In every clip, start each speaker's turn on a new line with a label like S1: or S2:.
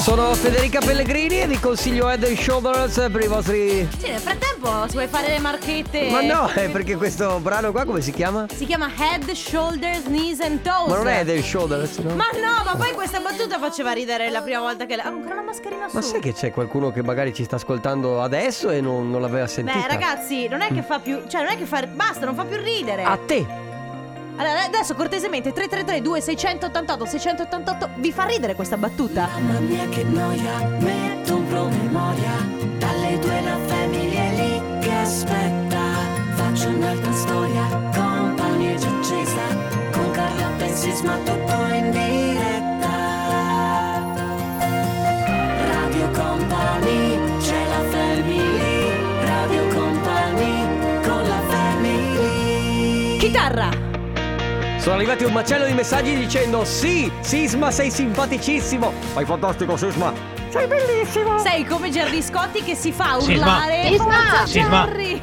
S1: Sono Federica Pellegrini e vi consiglio Head and Shoulders per i vostri...
S2: Sì, nel frattempo, se vuoi fare le marchette.
S1: Ma no, è perché questo brano qua come si chiama?
S2: Si chiama Head, Shoulders, Knees and Toes.
S1: Ma non è Head and Shoulders, no?
S2: Ma no, ma poi questa battuta faceva ridere la prima volta che la. Ah, ancora la mascherina su.
S1: Ma sai che c'è qualcuno che magari ci sta ascoltando adesso e non, non l'aveva sentita?
S2: Beh, ragazzi, non è che fa più. Cioè, non è che fa. Basta, non fa più ridere.
S1: A te!
S2: Allora, adesso cortesemente 333 2688 688 vi fa ridere questa battuta?
S3: Mamma mia che noia, metto un promemoria Dalle due la famiglia è lì che aspetta Faccio un'altra storia, compagnia già accesa Con Carlotta e Sisma tutto in diretta Radio Company, c'è la family Radio Company, con la family
S2: Chitarra!
S1: Sono arrivati un macello di messaggi dicendo Sì, Sisma sei simpaticissimo Fai fantastico Sisma Sei bellissimo
S2: Sei come Gerry Scotti che si fa
S4: Sisma.
S2: urlare.
S5: Sisma.
S2: Forza,
S4: Sisma.
S2: Gerry!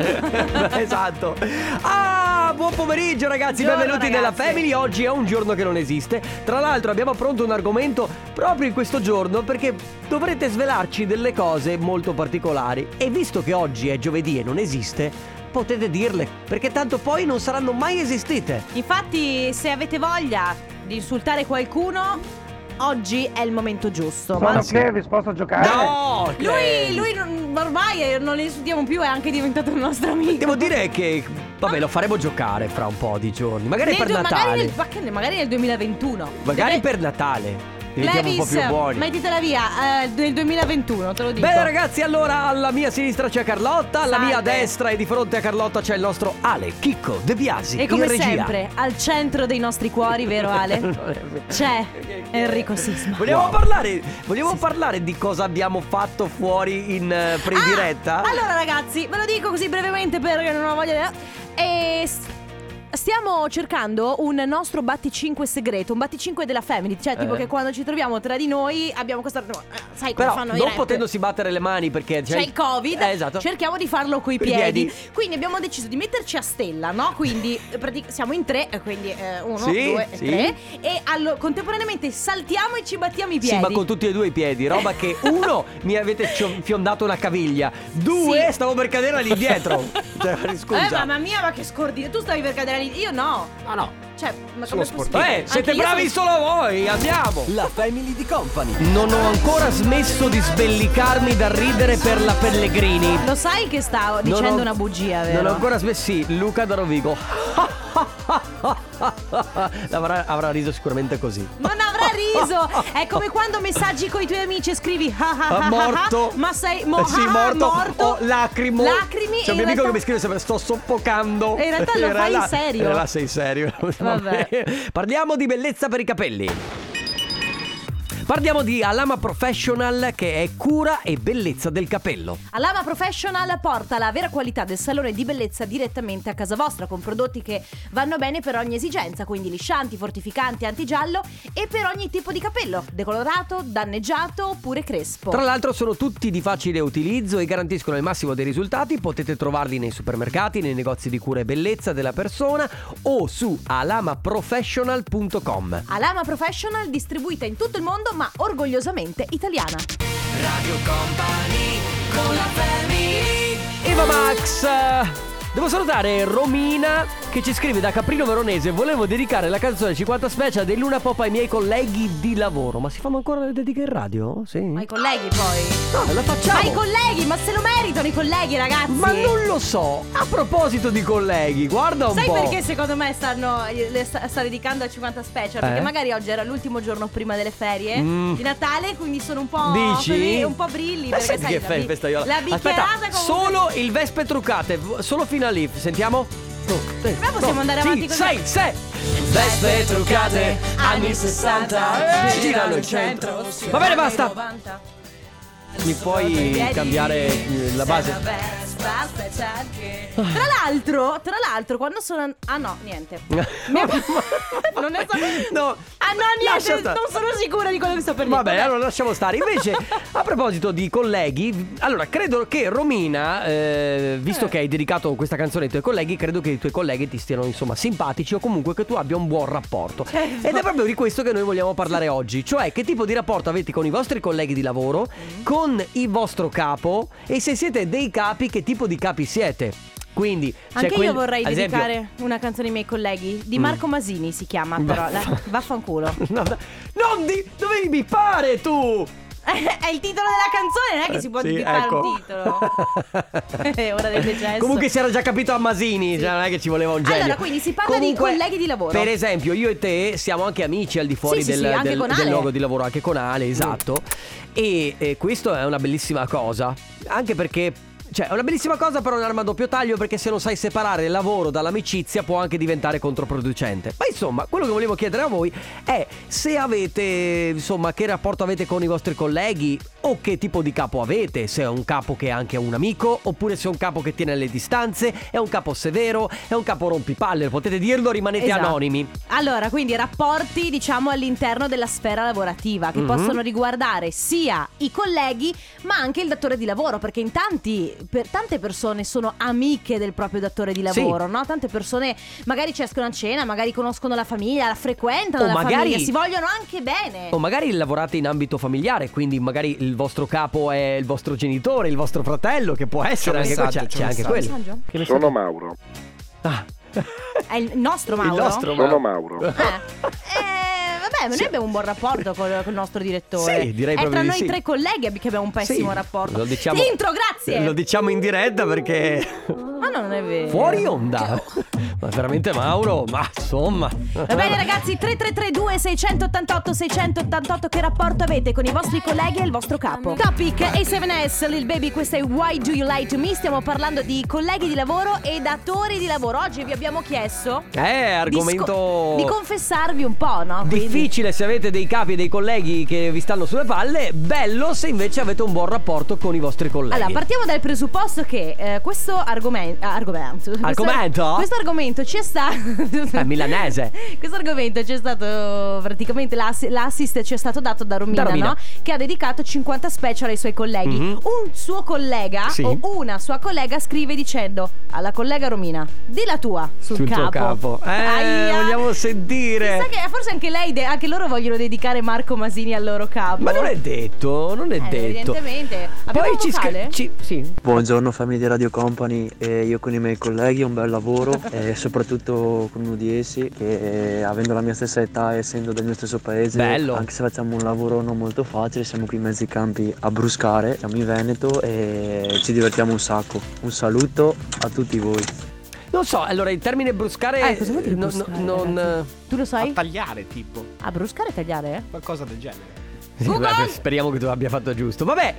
S1: Esatto Ah, buon pomeriggio ragazzi
S2: Buongiorno,
S1: Benvenuti nella
S2: ragazzi.
S1: Family Oggi è un giorno che non esiste Tra l'altro abbiamo pronto un argomento proprio in questo giorno Perché dovrete svelarci delle cose molto particolari E visto che oggi è giovedì e non esiste Potete dirle Perché tanto poi non saranno mai esistite
S2: Infatti, se avete voglia di insultare qualcuno, oggi è il momento giusto. Ma
S6: Clevis, posso giocare?
S1: No
S2: lui, lui non- ormai eh, non li insultiamo più, è anche diventato il nostro amico.
S1: Devo dire che, vabbè, lo faremo giocare fra un po' di giorni. Magari
S2: Nel
S1: per
S2: du-
S1: Natale.
S2: Magari nel, ma che ne- magari nel 2021.
S1: Magari
S2: Deve-
S1: per Natale. Diventiamo un po'
S2: Levis,
S1: più buoni.
S2: mettitela via eh, nel 2021, te lo dico.
S1: Bene ragazzi, allora alla mia sinistra c'è Carlotta, alla mia
S2: Ecco. Salve.
S1: destra e di fronte a Carlotta c'è il nostro Ale Chicco De Biasi
S2: e come
S1: in regia.
S2: sempre, al centro dei nostri cuori, vero Ale?
S1: Non è vero.
S2: C'è
S1: Perché-
S2: Enrico Sisma.
S1: Vogliamo
S2: Wow.
S1: parlare vogliamo parlare di cosa abbiamo fatto fuori in eh,
S2: Ah,
S1: pre-diretta?
S2: allora, ragazzi, ve lo dico così brevemente perché non ho voglia di. E s- Stiamo cercando un nostro batticinque segreto, un batticinque della family, cioè tipo
S1: Eh.
S2: che quando ci troviamo tra di noi abbiamo questa... no, eh, Sai come
S1: Però
S2: fanno
S1: non
S2: i rap?
S1: potendosi battere le mani perché c'è,
S2: C'è il covid,
S1: Eh, esatto.
S2: cerchiamo di farlo coi
S1: Coi
S2: piedi.
S1: piedi.
S2: Quindi abbiamo deciso di metterci a stella, no? Quindi eh, pratic- siamo in tre, eh, quindi eh, uno,
S1: Sì,
S2: due,
S1: sì.
S2: tre. E allo- contemporaneamente saltiamo e ci battiamo i piedi.
S1: Sì, ma con tutti e due i piedi, roba che uno mi avete cio- fiondato una caviglia, due
S2: Sì.
S1: stavo per cadere lì dietro. Cioè, scusa.
S2: Eh, mamma mia, ma che scordino. Tu stavi per cadere lì, io no.
S1: No, no.
S2: Cioè, ma
S1: Sono
S2: come
S1: sportivo.
S2: possibile?
S1: Eh, siete
S2: Anche io
S1: bravi
S2: sono-
S1: solo voi, andiamo. La family di company. Non ho ancora smesso di sbellicarmi da ridere per la Pellegrini.
S2: Lo sai che stavo dicendo
S1: Non ho-
S2: una bugia, vero?
S1: Non ho ancora smesso, sì, Luca da Rovigo. avrà, avrà riso sicuramente così.
S2: Non avrà riso! È come quando messaggi con i tuoi amici e scrivi ah, ah, ah, ah, ah,
S1: morto.
S2: ma sei mo-
S1: Eh sì,
S2: ah,
S1: morto.
S2: morto.
S1: Oh, lacrimo.
S2: Lacrimi
S1: C'è un mio
S2: e in
S1: amico
S2: realtà-
S1: che mi scrive sempre: Sto soffocando.
S2: E in realtà lo fai in
S1: realtà-
S2: serio.
S1: In realtà sei serio.
S2: Vabbè.
S1: Parliamo di bellezza per i capelli. Parliamo di Alama Professional che è cura e bellezza del capello.
S2: Alama Professional porta la vera qualità del salone di bellezza direttamente a casa vostra con prodotti che vanno bene per ogni esigenza, quindi liscianti, fortificanti, antigiallo e per ogni tipo di capello, decolorato, danneggiato oppure crespo.
S1: Tra l'altro sono tutti di facile utilizzo e garantiscono il massimo dei risultati. Potete trovarli nei supermercati, nei negozi di cura e bellezza della persona o su alamaprofessional.com.
S2: Alama Professional distribuita in tutto il mondo ma orgogliosamente italiana.
S1: Eva Max! Devo salutare Romina che ci scrive da Caprino Veronese Volevo dedicare la canzone 50 Special di Luna Pop ai miei colleghi di lavoro Ma si fanno ancora le dediche in radio? Sì?
S2: Ma i colleghi poi?
S1: No, la facciamo!
S2: Ma i colleghi, ma se lo meritano i colleghi ragazzi!
S1: Ma non lo so! A proposito di colleghi, guarda un
S2: Sai
S1: po'
S2: perché secondo me stanno, le sta, sta dedicando a 50 special? Perché
S1: Eh?
S2: magari oggi era l'ultimo giorno prima delle ferie
S1: Mm.
S2: di Natale, quindi sono un po',
S1: Dici?
S2: felice, un po brilli.
S1: Ma
S2: perché
S1: senti
S2: sai,
S1: che
S2: la
S1: fe-
S2: bi-
S1: festaiola.
S2: La
S1: Aspetta,
S2: bicchierata con
S1: solo il Vespe truccate, v- solo fino a lì. Sentiamo? No, eh,
S2: Ma possiamo andare
S1: sì,
S2: avanti così?
S1: Sei, sei. Vespe truccate, anni 60,
S2: Eh,
S1: girano in centro. Va bene, basta. Mi puoi cambiare eh, la base?
S2: basta c'è anche. Tra l'altro, tra l'altro, quando sono. an- Ah no, niente. Mia- non ne so.
S1: No.
S2: Ah no,
S1: Lascia
S2: niente,
S1: stare.
S2: non sono sicura di quello che sto per dire.
S1: Vabbè, allora lasciamo stare. Invece, a proposito di colleghi, allora credo che Romina, eh, visto che hai dedicato questa canzone ai tuoi colleghi, credo che i tuoi colleghi ti stiano insomma simpatici o comunque che tu abbia un buon rapporto.
S2: Certo.
S1: Ed è proprio di questo che noi vogliamo parlare oggi, cioè che tipo di rapporto avete con i vostri colleghi di lavoro,
S2: Mm.
S1: con il vostro capo e se siete dei capi, che tipo di capi siete. cioè, Quindi, c'è
S2: Anche
S1: quel-
S2: io vorrei
S1: ad esempio-
S2: dedicare una canzone ai miei colleghi. Di
S1: Mm.
S2: Marco Masini si chiama, però. la- Vaffanculo.
S1: No, no, non di... dovevi bippare tu!
S2: È il titolo della canzone, non è che si può
S1: Sì,
S2: dedicare
S1: ecco.
S2: un titolo. Eh, Ora del decesso.
S1: Comunque si era già capito a Masini, cioè non è che ci voleva un genio.
S2: Allora, quindi si parla di
S1: Comunque,
S2: colleghi di lavoro.
S1: Per esempio, io e te siamo anche amici al di fuori
S2: Sì, sì,
S1: del,
S2: sì, anche
S1: del-
S2: con
S1: del
S2: Ale. Mm.
S1: luogo di lavoro, anche con Ale, esatto. E, e questo è una bellissima cosa, anche perché cioè, è una bellissima cosa però è un'arma a doppio taglio perché se non sai separare il lavoro dall'amicizia può anche diventare controproducente. Ma insomma, quello che volevo chiedere a voi è se avete, insomma, che rapporto avete con i vostri colleghi o che tipo di capo avete, se è un capo che è anche un amico oppure se è un capo che tiene le distanze, è un capo severo, è un capo rompipalle, potete dirlo, rimanete
S2: Esatto.
S1: anonimi.
S2: Allora, quindi rapporti diciamo all'interno della sfera lavorativa che
S1: Mhm.
S2: possono riguardare sia i colleghi ma anche il datore di lavoro perché in tanti, per tante persone sono amiche del proprio datore di
S1: Sì.
S2: lavoro, no? Tante persone magari ci escono a cena, magari conoscono la famiglia, la frequentano,
S1: O
S2: la
S1: magari-
S2: famiglia, si vogliono anche bene.
S1: O magari lavorate in ambito familiare, quindi magari il vostro capo è il vostro genitore, il vostro fratello, che può essere anche
S4: messaggio,
S1: quello. C'è,
S4: c'è
S1: c'è
S4: un
S1: anche
S4: messaggio.
S1: quello.
S2: Messaggio?
S1: Che messaggio?
S5: Sono Mauro.
S1: Ah.
S2: È il nostro Mauro.
S1: Il nostro
S5: Sono
S1: Mauro.
S5: Mauro.
S2: Eh, eh, vabbè, noi
S1: Sì.
S2: abbiamo un buon rapporto col, col nostro direttore.
S1: Sì, direi
S2: È
S1: proprio
S2: tra
S1: di
S2: noi
S1: sì.
S2: tre colleghi abbi- che abbiamo un pessimo
S1: Sì,
S2: rapporto.
S1: Lo diciamo,
S2: Intro, grazie.
S1: Lo diciamo in diretta perché
S2: Ma non è vero.
S1: fuori onda. Ma veramente Mauro, ma insomma.
S2: Va bene ragazzi, 3332 688 688 che rapporto avete con i vostri colleghi e il vostro capo? Topic A7S, Lil Baby, questa è Why Do You Lie To Me? Stiamo parlando di colleghi di lavoro e datori di lavoro. Oggi vi abbiamo chiesto
S1: Eh,
S2: di sco-
S1: argomento
S2: di, confessarvi un po', no? Quindi-
S1: difficile se avete dei capi e dei colleghi che vi stanno sulle palle, bello se invece avete un buon rapporto con i vostri colleghi.
S2: Allora, partiamo dal presupposto che eh, questo argomento. Argomento.
S1: Argomento?
S2: Questo, questo argomento ci è stato.
S1: È milanese.
S2: Questo argomento ci è stato. Praticamente l'assi- l'assist ci è stato dato da Romina,
S1: Da Romina.
S2: no? Che ha dedicato 50 special ai suei colleghi.
S1: Mhm.
S2: Un suo collega
S1: Sì.
S2: o una sua collega scrive dicendo alla collega Romina: Di la tua sul,
S1: Sul tuo capo. Eh,
S2: Aia.
S1: vogliamo sentire.
S2: Chissà che forse anche lei, de- anche loro vogliono dedicare Marco Masini al loro capo.
S1: Ma non è detto, non è
S2: Eh,
S1: detto.
S2: Evidentemente. Abbiamo
S1: Poi
S2: un
S1: ci
S2: vocale?
S1: scri- ci- Sì.
S6: Buongiorno famiglia di Radio Company, eh, io con i miei colleghi ho un bel lavoro e soprattutto con uno di essi che eh, avendo la mia stessa età e essendo del mio stesso paese,
S1: Bello.
S6: anche se facciamo un lavoro non molto facile, siamo qui in mezzo ai campi a bruscare, siamo in Veneto e ci divertiamo un sacco. Un saluto a tutti voi.
S1: Non so, allora il termine bruscare.
S2: Eh, cosa vuol dire
S1: non-
S2: bruscare,
S1: non-
S2: ragazzi? Tu lo sai?
S4: A tagliare, tipo.
S2: A bruscare e tagliare?
S4: Qualcosa del genere.
S1: Sì,
S2: Google!
S1: vabbè, speriamo che tu abbia fatto giusto. Vabbè,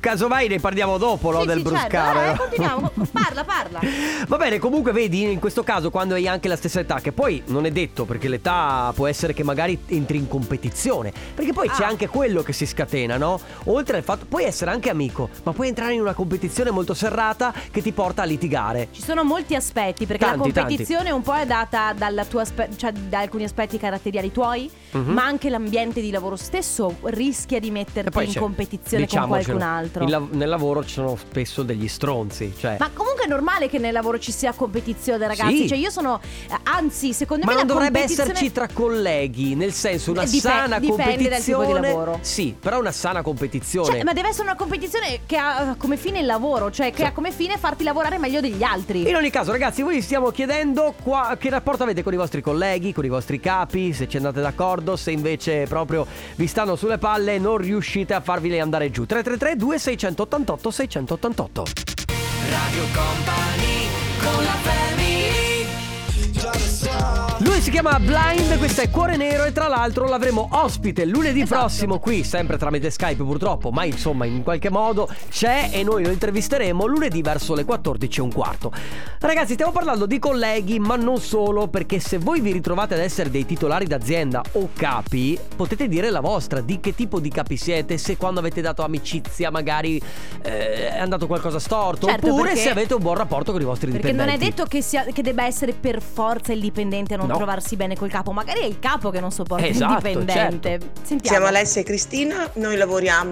S1: casomai ne parliamo dopo, no?
S2: Sì,
S1: del
S2: sì,
S1: bruscare.
S2: Certo. Eh, continuiamo. Parla, parla.
S1: Va bene, comunque vedi in questo caso quando hai anche la stessa età, che poi non è detto perché l'età può essere che magari entri in competizione, perché poi c'è
S2: Ah.
S1: anche quello che si scatena, no? Oltre al fatto, puoi essere anche amico, ma puoi entrare in una competizione molto serrata che ti porta a litigare.
S2: Ci sono molti aspetti, perché
S1: Tanti,
S2: la competizione un po' è data dalla tua aspe- cioè da alcuni aspetti caratteriali tuoi,
S1: Mhm.
S2: ma anche l'ambiente di lavoro stesso rischia di
S1: E
S2: metterti
S1: poi
S2: in
S1: c'è-
S2: competizione con
S1: diciamocelo,
S2: qualcun altro.
S1: il lav- nel lavoro ci sono spesso degli stronzi, cioè...
S2: Ma comunque è normale che nel lavoro ci sia competizione, ragazzi.
S1: Sì.
S2: Cioè, io sono. Anzi, secondo
S1: Ma
S2: me
S1: non
S2: la
S1: dovrebbe
S2: competizione-
S1: esserci tra colleghi, nel senso una
S2: Eh, dipen-
S1: sana
S2: dipende dal tipo di
S1: competizione.
S2: lavoro.
S1: Sì, però una sana competizione.
S2: Cioè, ma deve essere una competizione che ha eh, come fine il lavoro, cioè che
S1: Sì.
S2: ha come fine farti lavorare meglio degli altri.
S1: In ogni caso, ragazzi, voi stiamo chiedendo qua- che rapporto avete con i vostri colleghi, con i vostri capi, se ci andate d'accordo, se invece proprio vi stanno sulle palle e non riuscite a farvi andare giù. 333 2688 688. Radio Company con la Lui si chiama Blind, questo è Cuore Nero e tra l'altro l'avremo ospite lunedì
S2: Esatto.
S1: prossimo qui, sempre tramite Skype purtroppo, ma insomma in qualche modo c'è e noi lo intervisteremo lunedì verso le 14.15. Ragazzi stiamo parlando di colleghi, ma non solo, perché se voi vi ritrovate ad essere dei titolari d'azienda o capi, potete dire la vostra, di che tipo di capi siete, se quando avete dato amicizia magari eh, è andato qualcosa storto,
S2: Certo,
S1: oppure
S2: perché-
S1: se avete un buon rapporto con i vostri
S2: Perché non è
S1: dipendenti.
S2: detto che, sia- che debba essere per forza il dipendente a non
S1: No.
S2: trovarsi bene col capo, magari è il capo che non sopporta
S1: Esatto, certo.
S2: il dipendente. Sentiamo.
S5: Siamo Alessia e Cristina, noi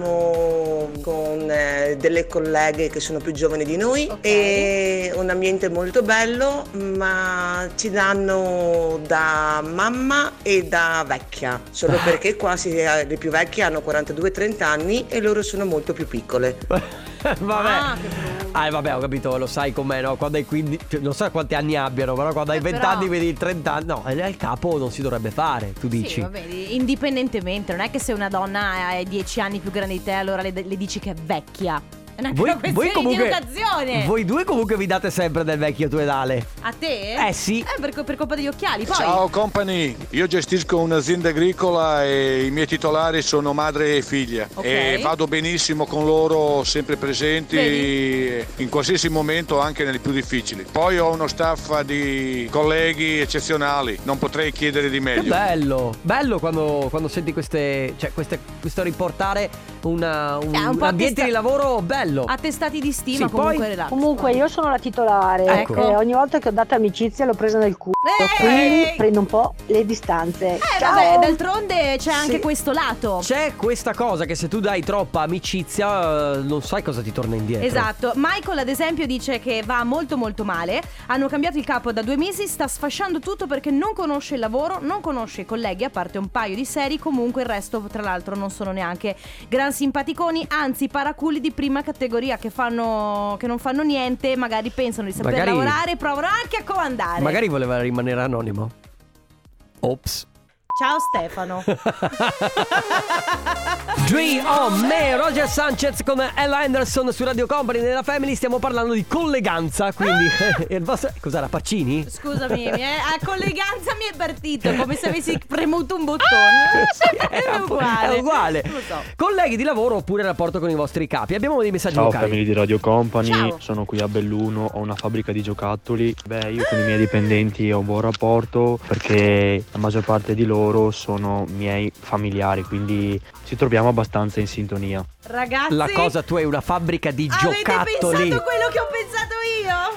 S5: lavoriamo con eh, delle colleghe che sono più giovani di noi
S2: Ok.
S5: e un ambiente molto bello, ma ci danno da mamma e da vecchia, solo perché qua si- le più vecchie hanno 42-30 anni e loro sono molto più piccole.
S1: vabbè.
S2: Ah, che brutto.
S1: Ah, eh, vabbè, ho capito, lo sai com'è, no? Quando hai 15, cioè, non so quanti anni abbiano, però quando hai
S2: Eh, però-
S1: 20 anni, vedi 30 anni, no, eh, il capo non si dovrebbe fare, tu dici.
S2: Sì, vabbè, indipendentemente, non è che se una donna è 10 anni più grande di te allora le, le dici che è vecchia. È una
S1: Voi-
S2: questione
S1: voi comunque-
S2: di educazione.
S1: Voi due comunque vi date sempre del vecchio tuedale.
S2: A te?
S1: Eh, sì.
S2: Eh, per, co- per colpa degli occhiali, poi.
S7: Ciao company, io gestisco un'azienda agricola e i miei titolari sono madre e figlia
S2: Ok.
S7: e vado benissimo con loro, sempre presenti in qualsiasi momento, anche nei più difficili. Poi ho uno staff di colleghi eccezionali, non potrei chiedere di
S1: Che
S7: meglio.
S1: bello! Bello quando, quando senti queste. cioè queste, questo riportare una, un,
S2: Eh, un po'
S1: ambiente
S2: attesta-
S1: di lavoro bello.
S2: Attestati di stima
S1: Sì,
S2: comunque
S1: poi-
S2: relax.
S8: Comunque io sono la titolare.
S1: Ecco.
S8: Eh, ogni volta che ho dato amicizia l'ho presa nel culo.
S2: Ehi!
S8: Quindi prendo un po' le distanze.
S2: Eh
S8: Ciao.
S2: vabbè, d'altronde c'è
S8: Sì.
S2: anche questo lato.
S1: C'è questa cosa che se tu dai troppa amicizia, eh, non sai cosa ti torna indietro.
S2: Esatto, Michael ad esempio dice che va molto molto male, hanno cambiato il capo da due mesi, sta sfasciando tutto perché non conosce il lavoro, non conosce i colleghi, a parte un paio di seri, comunque il resto tra l'altro non sono neanche gran simpaticoni, anzi paraculi di prima categoria che, fanno, che non fanno niente, magari pensano di saper
S1: Magari-
S2: lavorare, provano anche a comandare.
S1: Magari voleva rimanere anonimo. Ops.
S2: Ciao Stefano.
S1: Dream on oh, me, Roger Sanchez con Ella Anderson su Radio Company nella Family stiamo parlando di colleganza, quindi
S2: Ah!
S1: il vostro cos'era Pacini?
S2: Scusami, mi è- a colleganza mi è partito come se avessi premuto un
S1: Ah!
S2: bottone. è uguale.
S1: È uguale.
S2: Lo so.
S1: Colleghi di lavoro oppure rapporto con i vostri capi. Abbiamo dei messaggi
S9: Ciao
S1: vocali.
S9: family di Radio Company,
S2: Ciao.
S9: sono qui a Belluno, ho una fabbrica di giocattoli. Beh, io con i miei dipendenti ho un buon rapporto perché la maggior parte di loro sono miei familiari, quindi ci troviamo abbastanza in sintonia.
S2: Ragazzi,
S1: La cosa tua è una fabbrica di
S2: Ah, avete
S1: giocattoli.
S2: pensato quello che ho pensato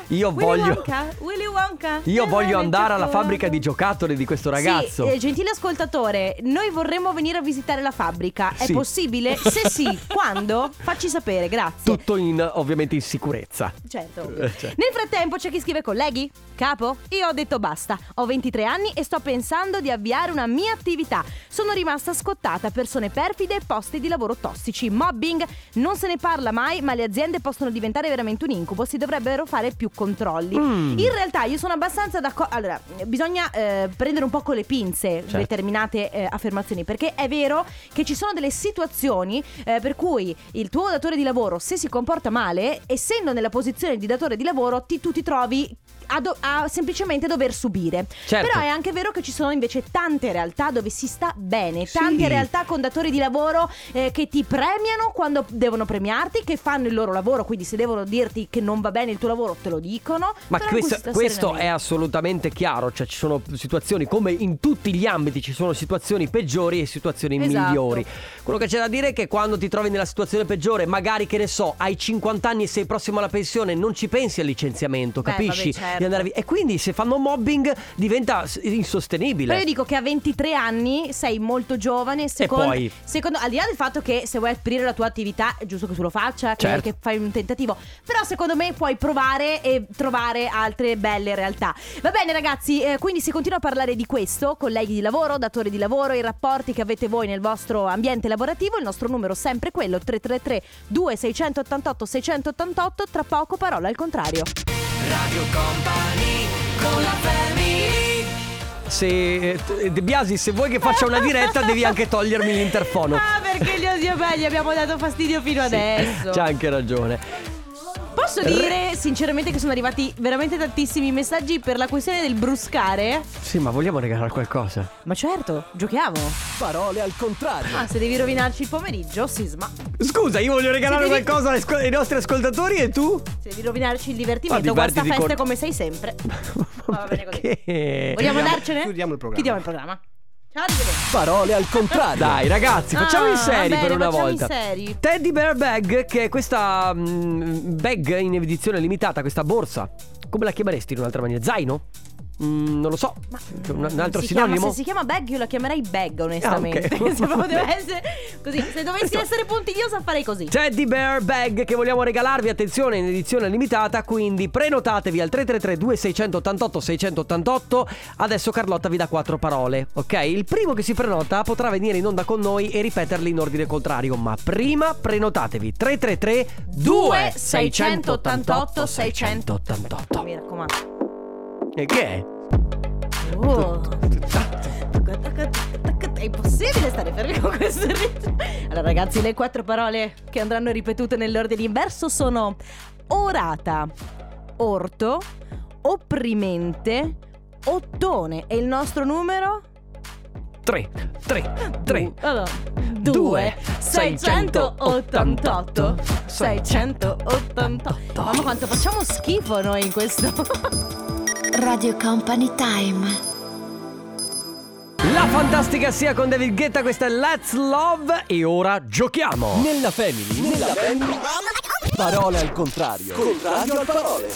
S2: io?
S1: Io
S2: Willy
S1: voglio-
S2: Wonka? Willy Wonka?
S1: Io
S2: Eh,
S1: voglio
S2: beh,
S1: andare alla
S2: cioccolato.
S1: fabbrica di giocattoli di questo ragazzo.
S2: Sì, eh, gentile ascoltatore, noi vorremmo venire a visitare la fabbrica. È
S1: Sì.
S2: possibile? Se sì, quando? Facci sapere, grazie.
S1: Tutto in ovviamente in sicurezza. Eh,
S2: Certo.
S1: Cioè.
S2: Nel frattempo c'è chi scrive colleghi? Capo? Io ho detto basta. Ho 23 anni e sto pensando di avviare una mia attività. Sono rimasta scottata, persone perfide e posti di lavoro tossici. Mobbing non se ne parla mai, ma le aziende possono diventare veramente un incubo, si dovrebbero fare più controlli.
S1: Mm.
S2: In realtà io sono abbastanza d'accordo. Allora, bisogna eh, prendere un po' con le pinze
S1: Certo.
S2: determinate eh, affermazioni, perché è vero che ci sono delle situazioni eh, per cui il tuo datore di lavoro, se si comporta male, essendo nella posizione di datore di lavoro, ti- tu ti trovi. A, do- a semplicemente dover subire
S1: Certo.
S2: però è anche vero che ci sono invece tante realtà dove si sta bene
S1: Sì.
S2: tante realtà con datori di lavoro eh, che ti premiano quando devono premiarti che fanno il loro lavoro quindi se devono dirti che non va bene il tuo lavoro te lo dicono
S1: Ma
S2: però in cui si
S1: questo,
S2: sta
S1: questo è
S2: serenamente.
S1: assolutamente chiaro, cioè ci sono situazioni come in tutti gli ambiti ci sono situazioni peggiori e situazioni
S2: Esatto.
S1: migliori. Quello che c'è da dire è che quando ti trovi nella situazione peggiore, magari che ne so, hai 50 anni e sei prossimo alla pensione, non ci pensi al licenziamento,
S2: Beh,
S1: capisci?
S2: vabbè, certo.
S1: Di andare via. E quindi se fanno mobbing diventa s- insostenibile.
S2: Però io dico che a 23 anni sei molto giovane, secondo,
S1: poi?
S2: secondo- al di là del fatto che se vuoi aprire la tua attività è giusto che tu lo faccia, che,
S1: Certo.
S2: che fai un tentativo, però secondo me puoi provare e trovare altre belle realtà. Va bene ragazzi, eh, quindi si continua a parlare di questo, colleghi di lavoro, datori di lavoro, i rapporti che avete voi nel vostro ambiente lavorativo, il nostro numero è sempre quello 333 2688 688, tra poco parola al contrario.
S1: Se eh, t- De Biasi, se vuoi che faccia una diretta, devi anche togliermi l'interfono. Cioè,
S2: Ah, perché gli odio belli abbiamo dato fastidio fino adesso.
S1: C'ha anche ragione.
S2: Poi Posso dire sinceramente che sono arrivati veramente tantissimi messaggi per la questione del bruscare?
S1: Sì, ma vogliamo regalare qualcosa?
S2: Ma certo, giochiamo.
S1: Parole al contrario.
S2: Ah, se devi rovinarci il pomeriggio, sisma.
S1: Scusa, io voglio regalare
S2: Sì, devi-
S1: qualcosa ai, sco- ai nostri ascoltatori e tu?
S2: Se devi rovinarci il
S1: Ma
S2: divertimento, guasta
S1: Ah, divertiti Eh.
S2: feste
S1: con-
S2: come sei sempre. Ma va bene così.
S1: Perché?
S2: Vogliamo
S4: Chiudiamo-
S2: andarcene?
S4: chiudiamo il programma.
S2: Chiudiamo il programma. Ciao, arrivederci.
S1: Parole al contrario. Dai, ragazzi, facciamo
S2: Ah,
S1: in seri
S2: va bene,
S1: per una
S2: facciamo
S1: volta.
S2: in seri.
S1: Teddy Bear Bag, che è questa mm, bag in edizione limitata, questa borsa. Come la chiameresti in un'altra maniera? Zaino? Mm, non lo so. C'è un, un altro
S2: si chiama-
S1: sinonimo?
S2: se si chiama bag, io la chiamerei bag, onestamente.
S1: Ah, ok.
S2: se proprio deve essere così. Se
S1: Questo-
S2: dovessi
S1: Cioè,
S2: essere puntigliosa, farei così.
S1: Teddy Bear Bag che vogliamo regalarvi, attenzione, in edizione limitata, quindi prenotatevi al 333-2688-688. Adesso Carlotta vi dà quattro parole, ok? Il primo che si prenota potrà venire in onda con noi e ripeterle in ordine contrario, ma prima prenotatevi 333-2688-688.
S2: Mi raccomando.
S1: E che è?
S2: Oh. È impossibile stare fermi con questo ritmo. Allora, ragazzi, le quattro parole che andranno ripetute nell'ordine inverso sono orata, orto, opprimente, ottone. E il nostro numero?
S1: 3, 3, 3.
S2: Allora,
S1: Due.
S2: 2 688 688 Mamma quanto facciamo schifo noi in questo
S3: Radio Company Time.
S1: La fantastica sia con David Guetta, questa è Let's Love e ora giochiamo! Nella family, nella family. Parole al contrario. Contrario al parole.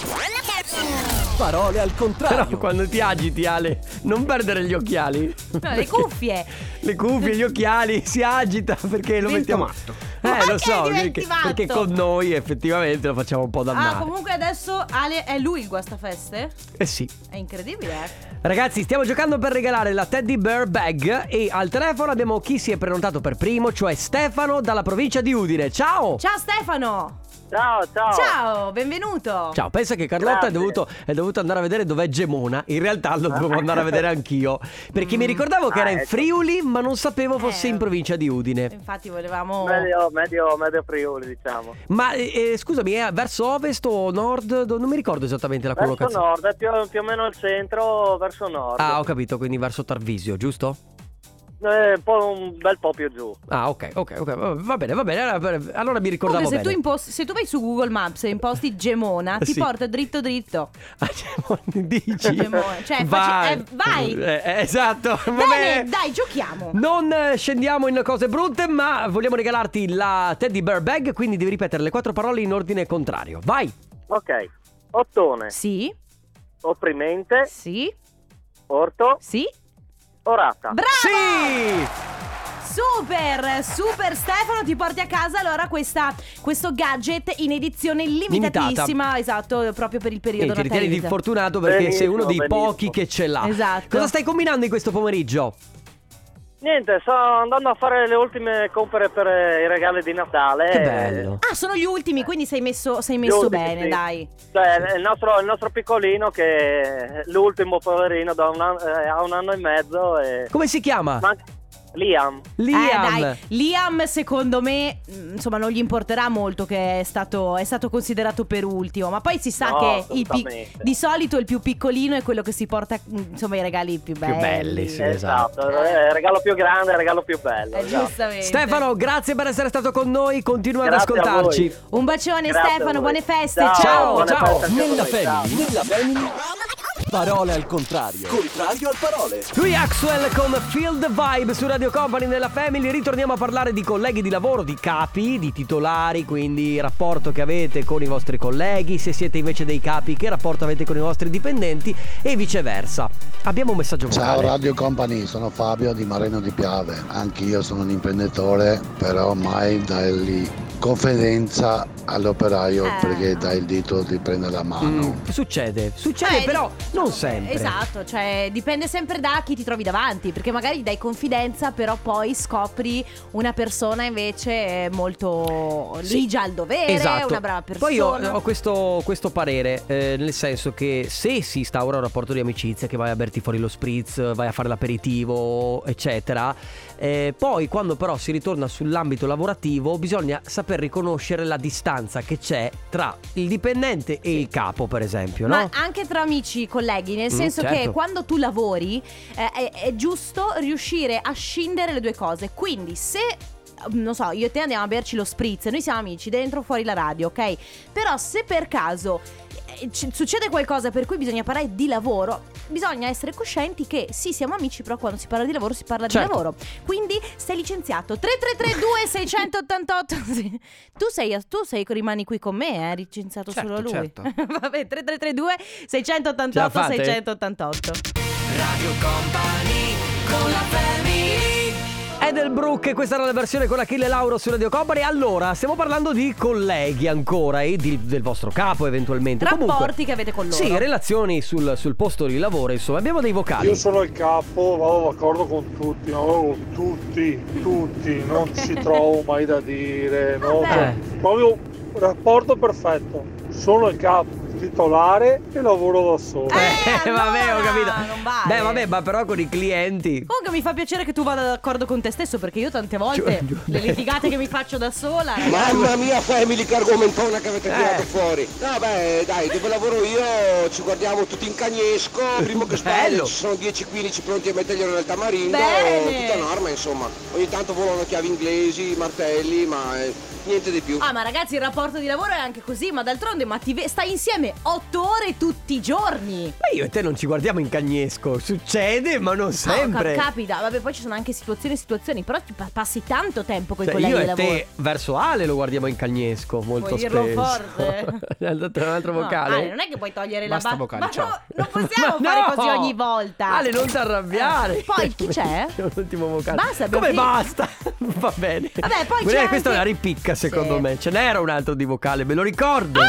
S1: Parole al contrario. Però quando ti agiti Ale, non perdere gli occhiali.
S2: No, le cuffie
S1: Le cuffie, gli occhiali, si agita perché lo
S4: Diventa
S1: mettiamo
S4: matto.
S1: Eh,
S2: Ma
S1: lo
S2: che
S1: so,
S2: diventi
S1: perché,
S2: matto?
S1: perché con noi effettivamente lo facciamo un po' da
S2: Ah,
S1: male.
S2: comunque adesso Ale è lui il guastafeste?
S1: Eh sì.
S2: È incredibile, eh?
S1: Ragazzi, stiamo giocando per regalare la Teddy Bear Bag e al telefono abbiamo chi si è prenotato per primo, cioè Stefano dalla provincia di Udine. Ciao!
S2: Ciao Stefano!
S10: Ciao, ciao.
S2: Ciao, benvenuto!
S1: Ciao, pensa che Carlotta è
S10: Grazie.
S1: dovuto, è dovuto andare a vedere dov'è Gemona. In realtà lo dovevo andare a vedere anch'io. Perché mi ricordavo che
S10: ecco. Ah,
S1: era in
S10: ecco.
S1: Friuli, ma non sapevo fosse
S2: Eh.
S1: in provincia di Udine.
S2: Infatti volevamo...
S10: Medio, medio, medio Friuli, diciamo.
S1: Ma eh, eh, scusami, è verso ovest o nord? Do- Non mi ricordo esattamente la
S10: Verso
S1: collocazione.
S10: nord, è più, più o meno al centro, verso nord.
S1: Ah, ho capito, quindi verso Tarvisio, giusto?
S10: Eh, un, po', un bel po' più giù.
S1: Ah, ok, ok, ok. Va bene, va bene. allora- Allora mi ricordavo
S2: Comunque
S1: bene.
S2: se tu, imposti, se tu vai su Google Maps e imposti Gemona, ti
S1: Sì.
S2: porta dritto dritto.
S1: Ah, Gemoni, dici?
S2: Gemoni, cioè,
S1: vai.
S2: facci- eh, vai.
S1: Eh, eh, esatto.
S2: Bene,
S1: Vabbè.
S2: dai, giochiamo!
S1: Non eh, scendiamo in cose brutte, ma vogliamo regalarti la Teddy Bear Bag, quindi devi ripetere le quattro parole in ordine contrario. Vai.
S10: Ok. Ottone,
S2: Sì,
S10: opprimente,
S2: sì,
S10: orto,
S2: sì.
S10: orata.
S2: Bravo!
S1: Sì!
S2: Super, super Stefano, ti porti a casa allora questa, questo gadget in edizione limitatissima, esatto, proprio per il periodo
S1: E ti ritieni di
S2: natalizio.
S1: fortunato perché sei
S10: Benissimo,
S1: uno dei
S10: benissimo.
S1: pochi che ce l'ha.
S2: Esatto.
S1: Cosa stai combinando in questo pomeriggio?
S10: Niente, sto andando a fare le ultime compere per eh, i regali di Natale.
S1: Che bello.
S2: Ah, sono gli ultimi, quindi sei messo, sei
S10: Gli
S2: messo
S10: ultimi,
S2: bene,
S10: sì.
S2: dai.
S10: Cioè, il nostro, il nostro piccolino che è l'ultimo poverino da un anno- eh, ha un anno e mezzo e...
S1: Come si chiama?
S10: Ma- Liam.
S1: Liam.
S2: Eh, dai, Liam secondo me, mh, insomma, non gli importerà molto che è stato, è stato considerato per ultimo, ma poi si sa
S10: No,
S2: che i pic-
S10: assolutamente.
S2: di solito il più piccolino è quello che si porta, mh, insomma, i regali più belli.
S1: belli, sì. esatto.
S10: Esatto, eh, il regalo più grande, il regalo più bello.
S2: Eh,
S10: esatto.
S2: giustamente.
S1: Stefano, grazie per essere stato con noi. Continua
S10: Grazie
S1: ad
S10: a
S1: ascoltarci.
S10: voi.
S2: Un bacione
S10: Grazie a
S2: Stefano,
S10: voi.
S2: buone feste.
S10: Ciao,
S1: Ciao,
S10: buone
S1: ciao.
S10: feste anche a voi, ciao.
S1: nella family. Parole al contrario. Contrario al parole. Lui Axwell con Field Vibe su Radio Company nella Family. Ritorniamo a parlare di colleghi di lavoro, di capi, di titolari, quindi il rapporto che avete con i vostri colleghi. Se siete invece dei capi, che rapporto avete con i vostri dipendenti e viceversa. Abbiamo un messaggio
S11: Ciao
S1: vocale.
S11: Radio Company, sono Fabio di Mareno di Piave. Anch'io sono un imprenditore, però ormai dai confidenza all'operaio
S2: Eh.
S11: perché dai il dito di prendere la mano.
S1: Mm, succede, succede
S2: Eh,
S1: Cioè, però non sempre.
S2: Esatto, cioè dipende sempre da chi ti trovi davanti, perché magari gli dai confidenza, però poi scopri una persona invece eh, molto
S1: Sì.
S2: ligia al dovere,
S1: Esatto.
S2: una brava persona.
S1: Poi io ho questo, questo parere, eh, nel senso che se si instaura un rapporto di amicizia, che vai a berti fuori lo spritz, vai a fare l'aperitivo, eccetera, eh, poi quando però si ritorna sull'ambito lavorativo bisogna saper saper riconoscere la distanza che c'è tra il dipendente e il capo, per esempio, no?
S2: Ma anche tra amici, colleghi, nel
S1: Mm,
S2: senso che
S1: certo.
S2: quando tu lavori eh, è, è giusto riuscire a scindere le due cose. Quindi se mm, non so, io e te andiamo a berci lo spritz, noi siamo amici dentro o fuori la radio, ok? Però se per caso eh, ci- succede qualcosa per cui bisogna parlare di lavoro, bisogna essere coscienti che sì, siamo amici, però quando si parla di lavoro si parla di
S1: Certo.
S2: lavoro. Quindi sei licenziato 3332 688. Sì. tu sei tu sei rimani qui con me, eh, licenziato
S12: Certo,
S2: solo lui.
S12: certo.
S2: Vabbè, 3332
S12: Ce la
S2: 688
S12: fate?
S2: 688.
S3: Radio Company con la family
S1: Edelbrook, e questa era la versione con Achille Lauro su Radio Company. Allora, stiamo parlando di colleghi ancora e di- del vostro capo eventualmente.
S2: Rapporti
S1: Comunque,
S2: che avete con loro.
S1: sì, relazioni sul, sul posto di lavoro, insomma, abbiamo dei vocali.
S13: Io sono il capo, vado oh, d'accordo con tutti, ma vado con tutti, tutti, non ci trovo mai da dire, no? Cioè,
S1: Vabbè.
S13: proprio un rapporto perfetto, sono il capo, titolare e lavoro da solo.
S1: Eh, vabbè, ho capito. Beh, vabbè, ma però con i clienti.
S2: Comunque mi fa piacere che tu vada d'accordo con te stesso perché io tante volte le litigate che mi faccio da sola.
S14: Mamma mia family che argomentona che avete
S1: Eh.
S14: tirato fuori No beh dai dove lavoro io ci guardiamo tutti in cagnesco Primo che sbaglia
S1: Bello.
S14: ci sono 10-15 pronti a metterglielo nel tamarindo
S2: Bene.
S14: Tutta norma insomma Ogni tanto volano chiavi inglesi, martelli ma eh, niente di più
S2: Ah, ma ragazzi, il rapporto di lavoro è anche così, ma d'altronde ma ti ve- stai insieme 8 ore tutti i giorni.
S1: Ma io e te non ci guardiamo in cagnesco. Succede, ma non sempre.
S2: No, cap- Ah, capita, vabbè, poi ci sono anche situazioni e situazioni, però ti pa- passi tanto tempo con i
S1: Cioè,
S2: colleghi
S1: io
S2: di
S1: e
S2: lavoro.
S1: te verso Ale lo guardiamo in cagnesco molto
S2: Puoi dirlo
S1: spesso.
S2: forte?
S1: È andato un altro
S2: No,
S1: vocale.
S2: Ale, non è che puoi togliere
S1: Basta
S2: la ba-
S1: vocali,
S2: Ma
S1: ciao.
S2: no, non possiamo
S1: Ma
S2: fare
S1: no!
S2: così ogni volta.
S1: Ale, non ti arrabbiare.
S2: Eh, Poi chi c'è?
S1: C'è un ultimo vocale.
S2: Basta, abbiamo
S1: Come
S2: finito.
S1: basta? Va bene.
S2: Vabbè, poi
S1: Guarda,
S2: c'è
S1: questa è una
S2: anche-
S1: ripicca, secondo
S2: Sì.
S1: me. Ce n'era un altro di vocale, me lo ricordo.
S2: Ah,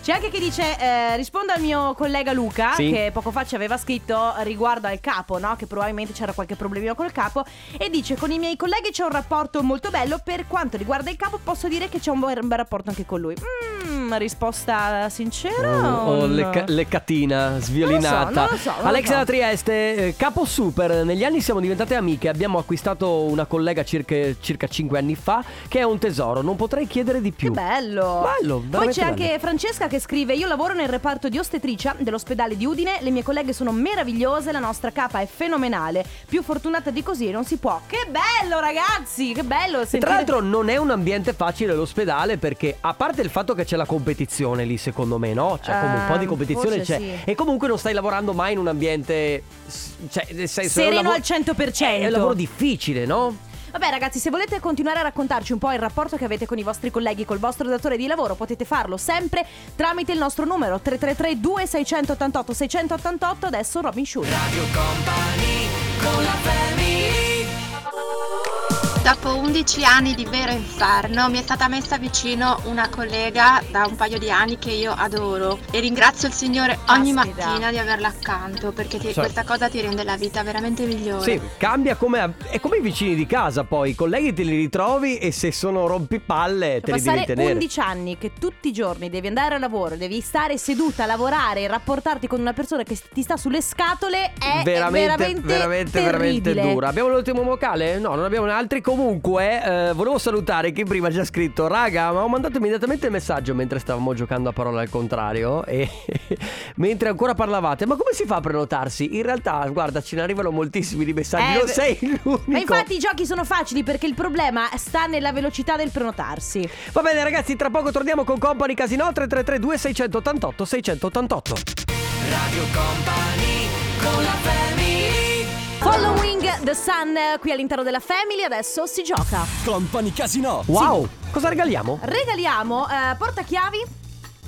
S2: C'è anche chi dice eh, rispondo al mio collega Luca
S1: Sì.
S2: che poco fa ci aveva scritto riguardo al capo, no? che probabilmente c'era qualche problemino col capo e dice con i miei colleghi c'è un rapporto molto bello per quanto riguarda il capo posso dire che c'è un buon- bel rapporto anche con lui. Mm, risposta sincera?
S1: Oh,
S2: o no?
S1: lecca- leccatina, sviolinata.
S2: Non lo so, non lo so, non lo
S1: Alexa
S2: so.
S1: da Trieste, eh, capo super. Negli anni siamo diventate amiche. Abbiamo acquistato una collega circa, circa 5 anni fa, che è un tesoro. Non potrei chiedere di più.
S2: Che bello!
S1: Bello,
S2: Poi
S1: veramente
S2: c'è anche Francesca che scrive: Io lavoro nel reparto di ostetricia dell'ospedale di Udine, le mie colleghe sono meravigliose, la nostra capa è fenomenale. Più fortunata di così non si può. Che bello, ragazzi! Che bello!
S1: E
S2: Sentire...
S1: Tra l'altro non è un ambiente facile l'ospedale perché a parte il fatto che c'è la competizione lì secondo me, no? Cioè come un po' di
S2: Ah,
S1: competizione c'è
S2: forse sì.
S1: e comunque non stai lavorando mai in un ambiente s- cioè nel senso è un
S2: Sereno
S1: lavoro-
S2: al 100%.
S1: È un lavoro difficile, no?
S2: Vabbè, ragazzi, se volete continuare a raccontarci un po' il rapporto che avete con i vostri colleghi, col vostro datore di lavoro, potete farlo sempre tramite il nostro numero 333 2688 688 Adesso Robin Schulz.
S3: con la family
S15: Dopo 11 anni di vero inferno mi è stata messa vicino una collega da un paio di anni che io adoro e ringrazio il Signore ogni
S2: Caspita.
S15: mattina di averla accanto perché ti-
S1: Certo.
S15: questa cosa ti rende la vita veramente migliore.
S1: Sì, cambia come è come i vicini di casa poi, i colleghi te li ritrovi e se sono rompipalle te li devi
S2: Cioè, passare
S1: tenere.
S2: 11 anni che tutti i giorni devi andare a lavoro, devi stare seduta a lavorare e rapportarti con una persona che ti sta sulle scatole è veramente,
S1: veramente, veramente, veramente
S2: terribile.
S1: dura. Abbiamo l'ultimo vocale? No, non abbiamo altri. Comunque, eh, volevo salutare chi prima ha già scritto: Raga, ma ho mandato immediatamente il messaggio mentre stavamo giocando a parole al contrario. E mentre ancora parlavate, ma come si fa a prenotarsi? In realtà, guarda, ce ne arrivano moltissimi di messaggi.
S2: Eh,
S1: non
S2: beh-
S1: sei l'unico.
S2: Ma infatti i giochi sono facili perché il problema sta nella velocità del prenotarsi.
S1: Va bene, ragazzi, tra poco torniamo con Company Casino 3332 688 688.
S3: Radio Company con la family
S2: Following the Sun eh, qui all'interno della Family adesso si gioca.
S1: Company Casino. Wow, cosa regaliamo?
S2: Regaliamo eh, portachiavi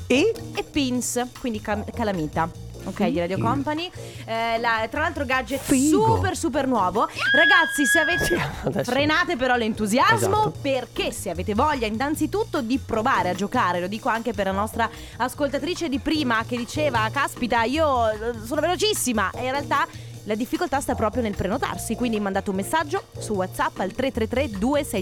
S1: e?
S2: pins, quindi cam- calamita. Ok, di Radio
S1: Figo.
S2: Company. Eh, la- tra l'altro gadget
S1: Figo.
S2: super super nuovo. Ragazzi, se avete
S1: adesso-
S2: frenate però l'entusiasmo
S1: Esatto.
S2: perché se avete voglia innanzitutto di provare a giocare, lo dico anche per la nostra ascoltatrice di prima che diceva "Caspita, io eh, sono velocissima" e in realtà La difficoltà sta proprio nel prenotarsi, quindi mandate un messaggio su WhatsApp al 333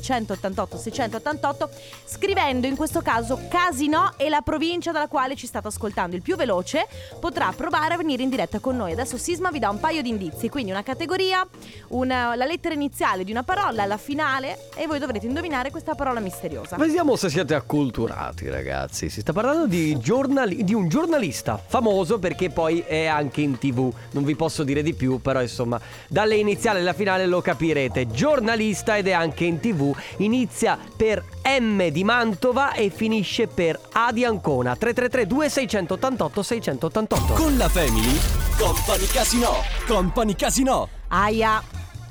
S2: 2688 688 scrivendo in questo caso Casino e la provincia dalla quale ci state ascoltando. Il più veloce potrà provare a venire in diretta con noi. Adesso Sisma vi dà un paio di indizi, quindi una categoria, una- la lettera iniziale di una parola, la finale e voi dovrete indovinare questa parola misteriosa.
S1: Vediamo se siete acculturati, ragazzi. Si sta parlando di, giornali- di un giornalista famoso perché poi è anche in tv. Non vi posso dire di più, però insomma, dalle iniziali alla finale lo capirete. Giornalista ed è anche in tv. Inizia per M di Mantova e finisce per A di Ancona. 333-2688-688.
S12: Con la Family, Company Casino. Company Casino.
S2: Aia,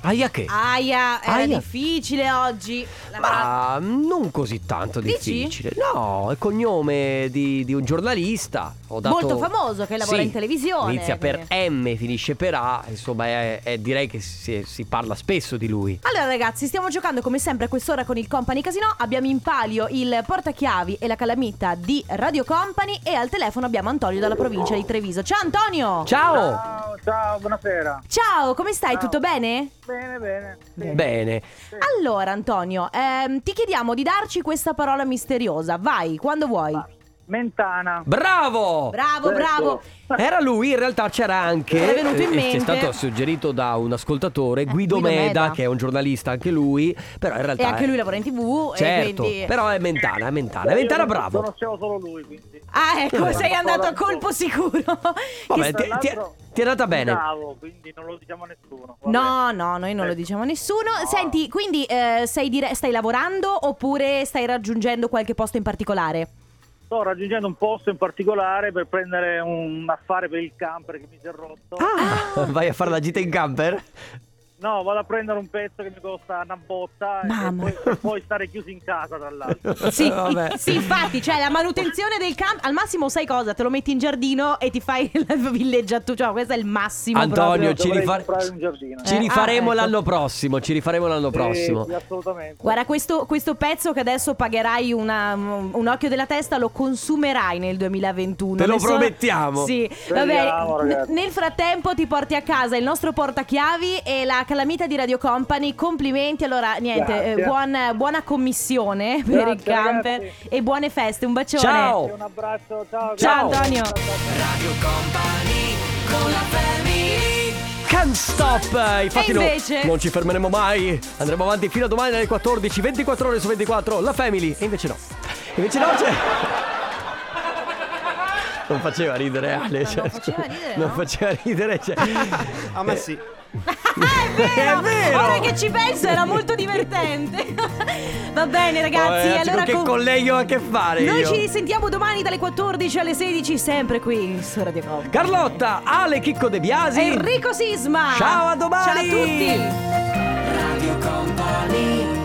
S1: Aia che?
S2: aia, era
S1: Aia.
S2: difficile oggi. La
S1: Ma non così tanto
S2: Ah. Dici?
S1: difficile. No, è cognome di, di un giornalista. Ho dato-
S2: Molto famoso che lavora
S1: Sì,
S2: in televisione.
S1: Inizia per
S2: Quindi-
S1: M, finisce per A. Insomma, è- è- direi che si, si parla spesso di lui.
S2: Allora ragazzi, stiamo giocando come sempre a quest'ora con il Company Casino. Abbiamo in palio il portachiavi e la calamita di Radio Company e al telefono abbiamo Antonio dalla provincia di Treviso. Ciao Antonio!
S1: Ciao!
S16: Ciao, ciao, buonasera.
S2: Ciao, come stai? Tutto bene?
S16: Bene, bene.
S1: Bene.
S2: Allora Antonio, ehm, ti chiediamo di darci questa parola misteriosa. Vai, quando vuoi.
S16: Mentana.
S1: Bravo!
S2: Bravo,
S10: Certo.
S2: bravo.
S1: Era lui, in realtà c'era anche.
S2: Era venuto in
S1: eh,
S2: mente. Eh,
S1: Ci è stato suggerito da un ascoltatore, Guido,
S2: Guido
S1: Meda,
S2: Meda.
S1: che è un giornalista anche lui. Però in realtà.
S2: E anche
S1: è-
S2: lui lavora in tv. e
S1: Certo,
S2: quindi-
S1: però è mentana, è mentana. È mentana, bravo. Eh,
S16: Conoscevo solo lui, quindi.
S2: Ah, ecco,
S1: Allora.
S2: sei andato a colpo sicuro.
S16: Tra
S1: Vabbè, ti, ti-
S16: l'altro-
S1: ti è andata bene.
S16: Bravo, quindi non lo diciamo a nessuno.
S2: No, no, noi non lo diciamo a nessuno. Senti, quindi eh, sei dire- stai lavorando oppure stai raggiungendo qualche posto in particolare?
S16: Sto raggiungendo un posto in particolare per prendere un affare per il camper che mi si è rotto.
S1: Ah.
S2: Ah.
S1: Vai a fare la gita in camper?
S16: No, vado a prendere un pezzo che mi costa una botta e poi, poi stare chiusi in casa, tra l'altro.
S2: Sì,
S1: Eh, Vabbè.
S2: sì, infatti, cioè la manutenzione del camp al massimo sai cosa? Te lo metti in giardino e ti fai la villeggiatura, cioè, questo è il massimo
S1: Antonio,
S2: proprio.
S1: ci, rifare-
S16: comprare un giardino.
S1: ci
S2: Eh,
S1: rifaremo
S2: ah, ecco.
S1: l'anno prossimo. Ci rifaremo l'anno prossimo.
S16: Sì, assolutamente.
S2: Guarda, questo, questo pezzo che adesso pagherai una- un occhio della testa lo consumerai nel 2021.
S1: Te lo
S2: Ne sono-
S1: promettiamo.
S2: Sì, va
S16: Speriamo,
S2: bene.
S16: ragazzi.
S2: Nel frattempo ti porti a casa il nostro portachiavi e la calamita di Radio Company. Complimenti, allora niente,
S16: Grazie.
S2: eh, buon- buona commissione per il
S16: Grazie,
S2: camper
S16: ragazzi.
S2: e buone feste. Un bacione.
S1: Ciao.
S16: Un abbraccio, ciao.
S2: Ciao,
S16: grazie.
S2: Antonio.
S1: Can't stop! Eh, Infatti,
S2: E
S1: no-
S2: invece?
S1: non ci fermeremo mai. Andremo avanti fino a domani alle 14, 24 ore su 24. La family. E invece no. Invece no, c'è. Non faceva ridere Ale. cioè, scusa. Non faceva ridere. cioè.
S4: Ah, ma sì.
S2: Vero,
S1: È vero!
S2: Ora che ci penso era molto divertente. Va bene, ragazzi.
S1: Vabbè,
S2: allora
S1: che
S2: con-
S1: Oh, eh, con lei ho a che fare
S2: Noi
S1: io.
S2: ci risentiamo domani dalle 14 alle 16, sempre qui su Radio Company.
S1: Carlotta, Ale Chicco De Biasi.
S2: Enrico Sisma.
S1: Ciao, a domani.
S2: Ciao a tutti.
S3: Radio Company